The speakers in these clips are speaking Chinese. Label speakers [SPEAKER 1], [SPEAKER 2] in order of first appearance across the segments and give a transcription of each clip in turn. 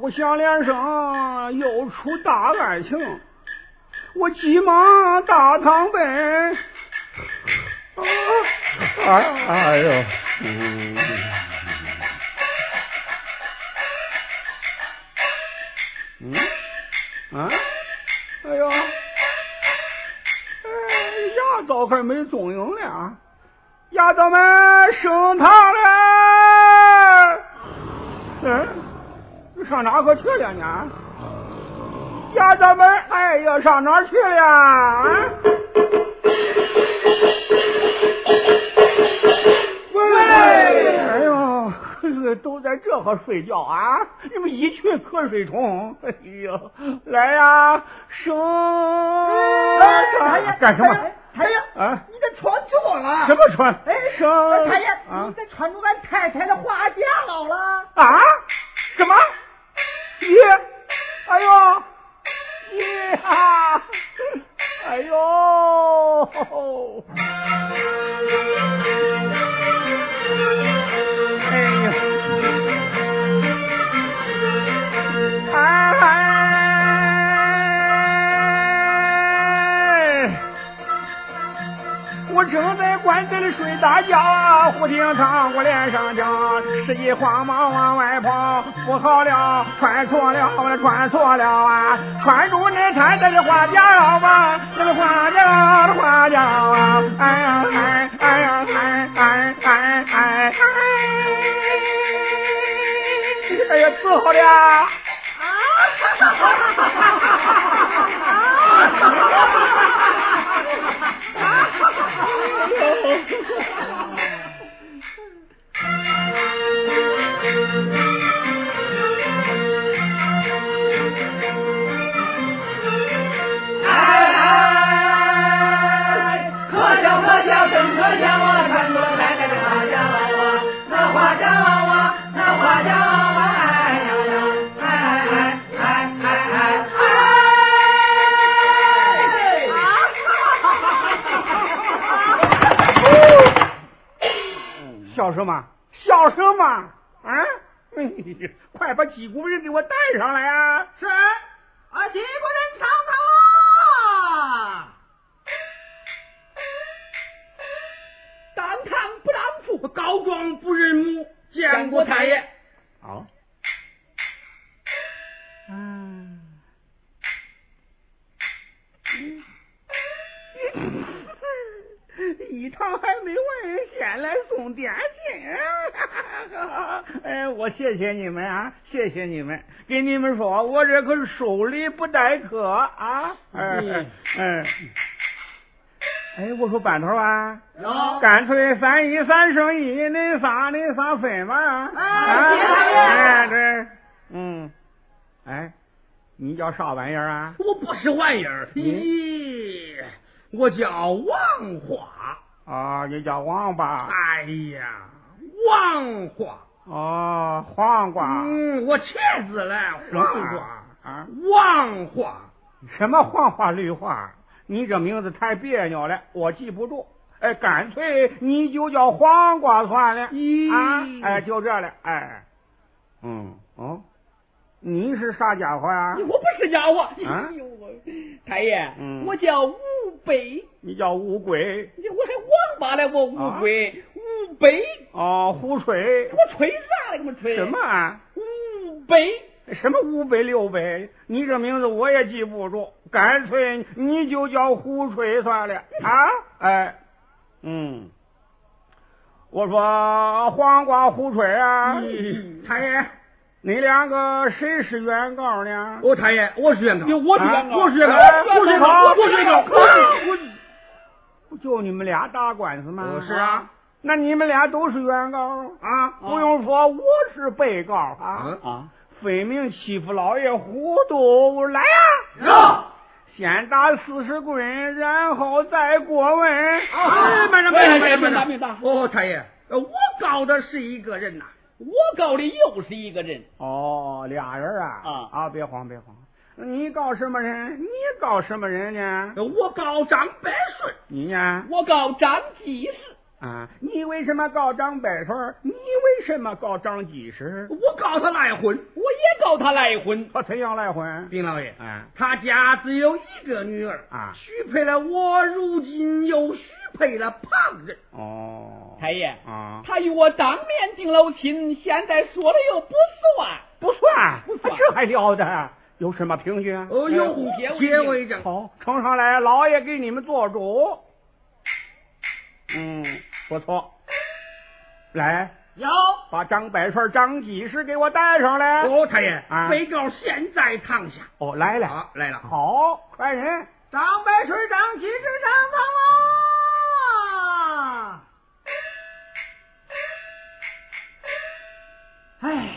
[SPEAKER 1] 鼓响连声，又出大案情。我急忙大堂奔。啊
[SPEAKER 2] 哎哎呦，嗯，嗯，啊，
[SPEAKER 1] 哎呦，哎，牙枣还没踪影呢，啊牙枣们升堂了，嗯，上哪可去了呢？牙枣们，哎呀，上哪去了？啊？喂，哎呦，都在这呵睡觉啊！你们一群瞌睡虫！哎呦，来呀、升哎
[SPEAKER 3] 太
[SPEAKER 4] 哎
[SPEAKER 3] 爷，
[SPEAKER 2] 哎干什么
[SPEAKER 3] 太爷太爷，
[SPEAKER 2] 啊
[SPEAKER 3] 你这穿错了。
[SPEAKER 2] 什？么船？
[SPEAKER 3] 哎，
[SPEAKER 1] 生
[SPEAKER 3] 太爷，
[SPEAKER 2] 啊
[SPEAKER 3] 你这穿着俺太太的花嫁袄了。
[SPEAKER 1] 啊？什么？咦？哎呦！咦哈！哎呦！哎呀！哎！我正在棺材里睡大觉啊，忽听堂我脸上讲，十一慌忙往外跑，不好了，穿错了，我穿错了啊，穿住那太太的花夹袄啊，那个花夹袄的花夹袄啊，哎呀哎哎呀哎哎哎哎哎，哎呀，伺候了。
[SPEAKER 3] 啊！啊！
[SPEAKER 5] 哎，可笑可笑真可笑啊！穿着太太的花夹袄啊，那花夹袄啊，那花夹袄啊，哎呀呀，哎哎哎哎哎哎哎！
[SPEAKER 1] 笑什么？笑什么？啊！哎呀快把几股人给我带上来啊！
[SPEAKER 3] 是啊，几个人上堂啊！当堂不当父，高官不认母。见过太爷，
[SPEAKER 2] 啊，
[SPEAKER 1] 嗯一趟还没完，先来送点心。哎，我谢谢你们啊，谢谢你们，跟你们说，我这可是手里不待客啊。哎
[SPEAKER 2] 嗯
[SPEAKER 1] 哎，哎，我说班头啊，
[SPEAKER 3] 有
[SPEAKER 1] 干脆三一三生一，恁仨恁仨分吧。
[SPEAKER 3] 哎
[SPEAKER 1] 啊
[SPEAKER 3] 谢谢
[SPEAKER 1] 哎，对，嗯，哎，你叫啥玩意儿啊？
[SPEAKER 3] 我不是玩意儿，咦，我叫王化。
[SPEAKER 1] 啊，你叫王八。
[SPEAKER 3] 哎呀，王化，
[SPEAKER 1] 哦，黄瓜。
[SPEAKER 3] 嗯，我茄子了，黄瓜，
[SPEAKER 1] 啊？
[SPEAKER 3] 王化，
[SPEAKER 1] 什么黄花绿花？你这名字太别扭了，我记不住。哎，干脆你就叫黄瓜算了。
[SPEAKER 3] 咦
[SPEAKER 1] 啊，哎，就这了。哎，嗯，哦，你是啥家伙呀、
[SPEAKER 4] 哎我不是家伙，
[SPEAKER 1] 啊
[SPEAKER 4] 哎呦我，太爷，
[SPEAKER 1] 嗯
[SPEAKER 4] 我叫吴北，
[SPEAKER 1] 你叫乌龟
[SPEAKER 4] 我还王八嘞，我
[SPEAKER 1] 啊
[SPEAKER 4] 乌龟，吴北，
[SPEAKER 1] 哦，胡吹
[SPEAKER 4] 我吹啥嘞？给我吹
[SPEAKER 1] 什么？啊？
[SPEAKER 4] 吴北，
[SPEAKER 1] 什么五百六百？你这名字我也记不住，干脆你就叫胡吹算了啊！哎，嗯，我说黄瓜胡吹啊，
[SPEAKER 3] 太爷，
[SPEAKER 1] 你两个谁是原告呢？
[SPEAKER 3] 我太爷，我是原告，
[SPEAKER 4] 我啊是原告，
[SPEAKER 3] 我是原告，
[SPEAKER 1] 哎
[SPEAKER 3] 我是原告，我是原
[SPEAKER 4] 哎
[SPEAKER 3] 告，我是
[SPEAKER 1] 不就你们俩打官司吗？
[SPEAKER 3] 是啊，
[SPEAKER 1] 那你们俩都是原告，
[SPEAKER 3] 啊，
[SPEAKER 1] 不用说，我是被告啊，
[SPEAKER 3] 啊，
[SPEAKER 2] 啊，
[SPEAKER 1] 分明欺负老爷糊涂，来呀、
[SPEAKER 5] 让
[SPEAKER 1] 先打四十棍，然后再过问。
[SPEAKER 3] 哎慢着，慢着，慢着，慢着，
[SPEAKER 4] 明白
[SPEAKER 3] 哦，太爷，呃我告的是一个人呐，
[SPEAKER 4] 我告的又是一个人，
[SPEAKER 1] 哦，俩人啊！
[SPEAKER 4] 啊
[SPEAKER 1] 别慌别慌，你告什么人？你告什么人呢？
[SPEAKER 3] 呃我告张百顺，
[SPEAKER 1] 你呢？
[SPEAKER 4] 我告张继士，
[SPEAKER 1] 啊，你为什么告张百川？你为什么告张几十？
[SPEAKER 3] 我告他赖婚。
[SPEAKER 4] 我也告他赖婚，
[SPEAKER 1] 他怎样来婚？
[SPEAKER 3] 丁老爷，
[SPEAKER 1] 啊
[SPEAKER 3] 他家只有一个女儿
[SPEAKER 1] 啊
[SPEAKER 3] 许配了我，如今又许配了旁人。
[SPEAKER 1] 哦，
[SPEAKER 4] 太爷，
[SPEAKER 1] 啊，
[SPEAKER 4] 哎他与我当面定了亲，现在说了又不算。
[SPEAKER 1] 不算，
[SPEAKER 4] 不算
[SPEAKER 1] 这还了得？有什么凭据啊？
[SPEAKER 3] 哦
[SPEAKER 4] 呦
[SPEAKER 3] 呦，
[SPEAKER 4] 结为
[SPEAKER 3] 结
[SPEAKER 4] 证
[SPEAKER 3] 为证。
[SPEAKER 1] 好，呈上来，老爷给你们做主。嗯，不错。来，
[SPEAKER 3] 有
[SPEAKER 1] 把张百顺、张几十给我带上来。
[SPEAKER 3] 哦，太爷
[SPEAKER 1] 啊，
[SPEAKER 3] 被告现在躺下。
[SPEAKER 1] 哦，来了，
[SPEAKER 3] 好，来了。
[SPEAKER 1] 好，快人，
[SPEAKER 3] 张白水长旗帜上方啊！
[SPEAKER 6] 哎，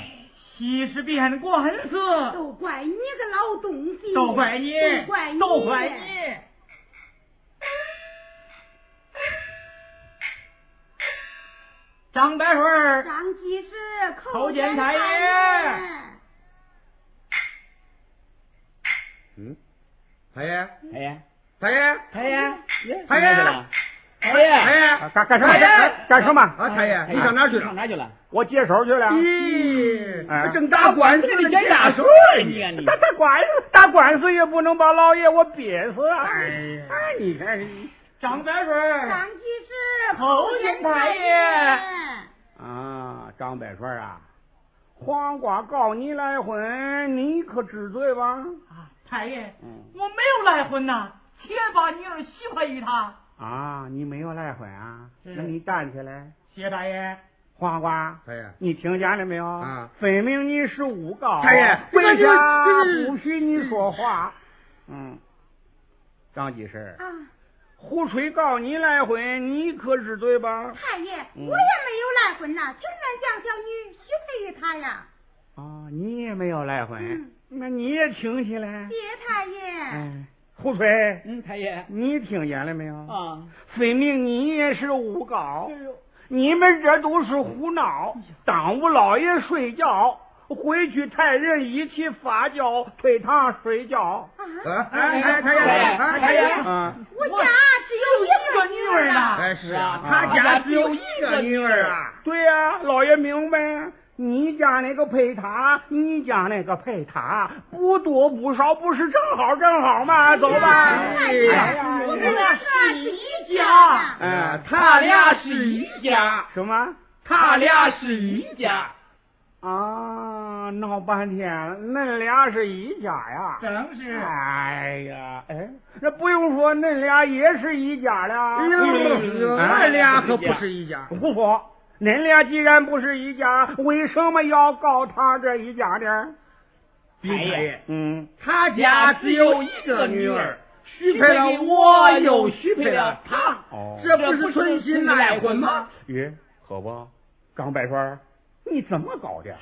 [SPEAKER 6] 西施变的官司，
[SPEAKER 7] 都怪你个老东西！
[SPEAKER 6] 都怪你
[SPEAKER 7] 都怪你！
[SPEAKER 6] 都怪你！张白水儿
[SPEAKER 7] 张吉是
[SPEAKER 6] 叩
[SPEAKER 7] 叩
[SPEAKER 6] 见
[SPEAKER 7] 见
[SPEAKER 6] 太
[SPEAKER 7] 太
[SPEAKER 6] 爷
[SPEAKER 7] 爷。
[SPEAKER 2] 嗯，
[SPEAKER 3] 太爷，
[SPEAKER 4] 太爷，
[SPEAKER 3] 太爷，
[SPEAKER 6] 太
[SPEAKER 3] 嗯
[SPEAKER 6] 爷，
[SPEAKER 3] 太爷，
[SPEAKER 4] 太爷，
[SPEAKER 3] 太爷，
[SPEAKER 1] 啊干干什么？
[SPEAKER 3] 太爷
[SPEAKER 1] 干干什么？
[SPEAKER 3] 啊，太爷，你上哪儿去
[SPEAKER 4] 上
[SPEAKER 3] 了？
[SPEAKER 4] 哪去了？
[SPEAKER 1] 我接手去了。
[SPEAKER 3] 咦，
[SPEAKER 1] 哎
[SPEAKER 3] 还嗯正打官司
[SPEAKER 4] 这个
[SPEAKER 3] 呢，
[SPEAKER 4] 你先打水
[SPEAKER 3] 儿
[SPEAKER 4] 你看你
[SPEAKER 1] 打打官司，打官司也不能把老爷我憋死啊！
[SPEAKER 3] 哎呀
[SPEAKER 1] 哎，你看，
[SPEAKER 6] 张白水儿
[SPEAKER 7] 张吉是
[SPEAKER 6] 叩见太爷。
[SPEAKER 1] 啊，张百顺啊，黄瓜告你来婚，你可知罪吧？
[SPEAKER 6] 啊，太爷，
[SPEAKER 1] 嗯
[SPEAKER 6] 我没有赖婚呐，且把女儿许配于他。
[SPEAKER 1] 啊，你没有来婚啊？
[SPEAKER 3] 嗯
[SPEAKER 6] 是
[SPEAKER 1] 那你站起来，
[SPEAKER 6] 谢大爷，
[SPEAKER 1] 黄瓜，
[SPEAKER 3] 太爷，
[SPEAKER 1] 你听见了没有？
[SPEAKER 3] 哎啊
[SPEAKER 1] 分明你是诬告。
[SPEAKER 3] 太爷
[SPEAKER 1] 为啥
[SPEAKER 3] 这个就是
[SPEAKER 1] 不许你说话？嗯，张几十，
[SPEAKER 7] 啊，
[SPEAKER 1] 胡吹告你来婚，你可知罪吧？
[SPEAKER 7] 太爷，
[SPEAKER 1] 嗯
[SPEAKER 7] 我也没有赖婚呐，全然将小女许配于他呀。
[SPEAKER 1] 啊，你也没有来婚，
[SPEAKER 7] 嗯
[SPEAKER 1] 那你也听起来
[SPEAKER 7] 谢。太
[SPEAKER 2] 嗯
[SPEAKER 7] 爷，
[SPEAKER 1] 哎，胡吹，
[SPEAKER 4] 嗯，太爷
[SPEAKER 1] 你听见了没有？
[SPEAKER 4] 啊，
[SPEAKER 1] 分明你也是诬告
[SPEAKER 4] 哎，呦
[SPEAKER 1] 你们这都是胡闹，耽误老爷睡觉，回去太人一起发酵，退堂睡觉。
[SPEAKER 7] 啊，
[SPEAKER 3] 啊，哎哎，太爷，哎
[SPEAKER 4] 太爷
[SPEAKER 1] 啊，
[SPEAKER 7] 我家只有一个女儿啊。
[SPEAKER 3] 哎是
[SPEAKER 4] 啊
[SPEAKER 3] 啊，他家只有一个女儿啊。
[SPEAKER 1] 对呀、老爷明白。你家那个配他，你家那个配他，不多不少，不是正好正好吗？走吧。
[SPEAKER 7] 太爷，
[SPEAKER 1] 哎呀
[SPEAKER 7] 我
[SPEAKER 6] 哎
[SPEAKER 7] 们
[SPEAKER 6] 呀
[SPEAKER 7] 俩是一
[SPEAKER 6] 家
[SPEAKER 7] 家。啊
[SPEAKER 1] 哎，
[SPEAKER 3] 他俩是一家，
[SPEAKER 1] 什么
[SPEAKER 3] 他俩是一家。
[SPEAKER 1] 啊？闹半天，恁俩是一家呀？
[SPEAKER 6] 正是。
[SPEAKER 1] 哎呀，哎，那不用说，恁俩也是一家了。
[SPEAKER 3] 哎
[SPEAKER 1] 嗯
[SPEAKER 3] 呦，俺俩可不是一家。
[SPEAKER 1] 胡说！恁俩既然不是一家，为什么要告他这一家呢？
[SPEAKER 3] 丁太爷，
[SPEAKER 1] 嗯，
[SPEAKER 3] 他家只有一个女儿，许配了我，又许配了他，
[SPEAKER 1] 哦
[SPEAKER 3] 这不是存心赖婚吗？
[SPEAKER 1] 咦，可不，张百川，你怎么搞的？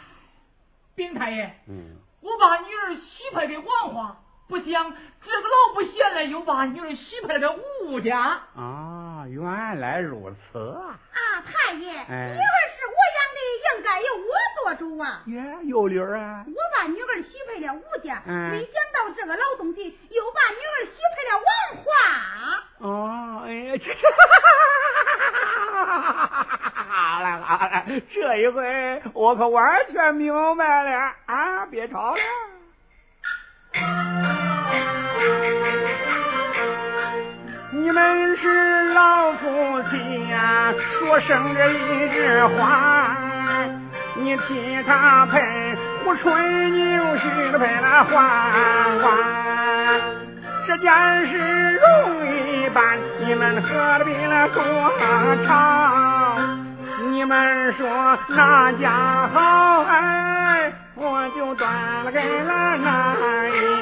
[SPEAKER 6] 丁太爷，
[SPEAKER 2] 嗯，
[SPEAKER 6] 我把女儿许配给王花，不想这个老不闲了，又把女儿许配了个吴家。
[SPEAKER 1] 啊，原来如此啊！
[SPEAKER 7] 啊，太爷，女
[SPEAKER 1] 哎
[SPEAKER 7] 儿是我养的，应该由我做主啊。
[SPEAKER 1] 耶，有理儿啊！
[SPEAKER 7] 我把女儿许配了吴家，
[SPEAKER 1] 嗯
[SPEAKER 7] 没想到这个老东西又把女儿许配了王花。
[SPEAKER 1] 哦，哎呀，这 来了来了，这一回我可完全明白了啊！别吵了。你们是老夫妻呀、说生这一枝花，你替他配，我吹牛是配了花花。这件事容易办，你们喝的比那多长？你们说哪家好哎，我就端了给了哪一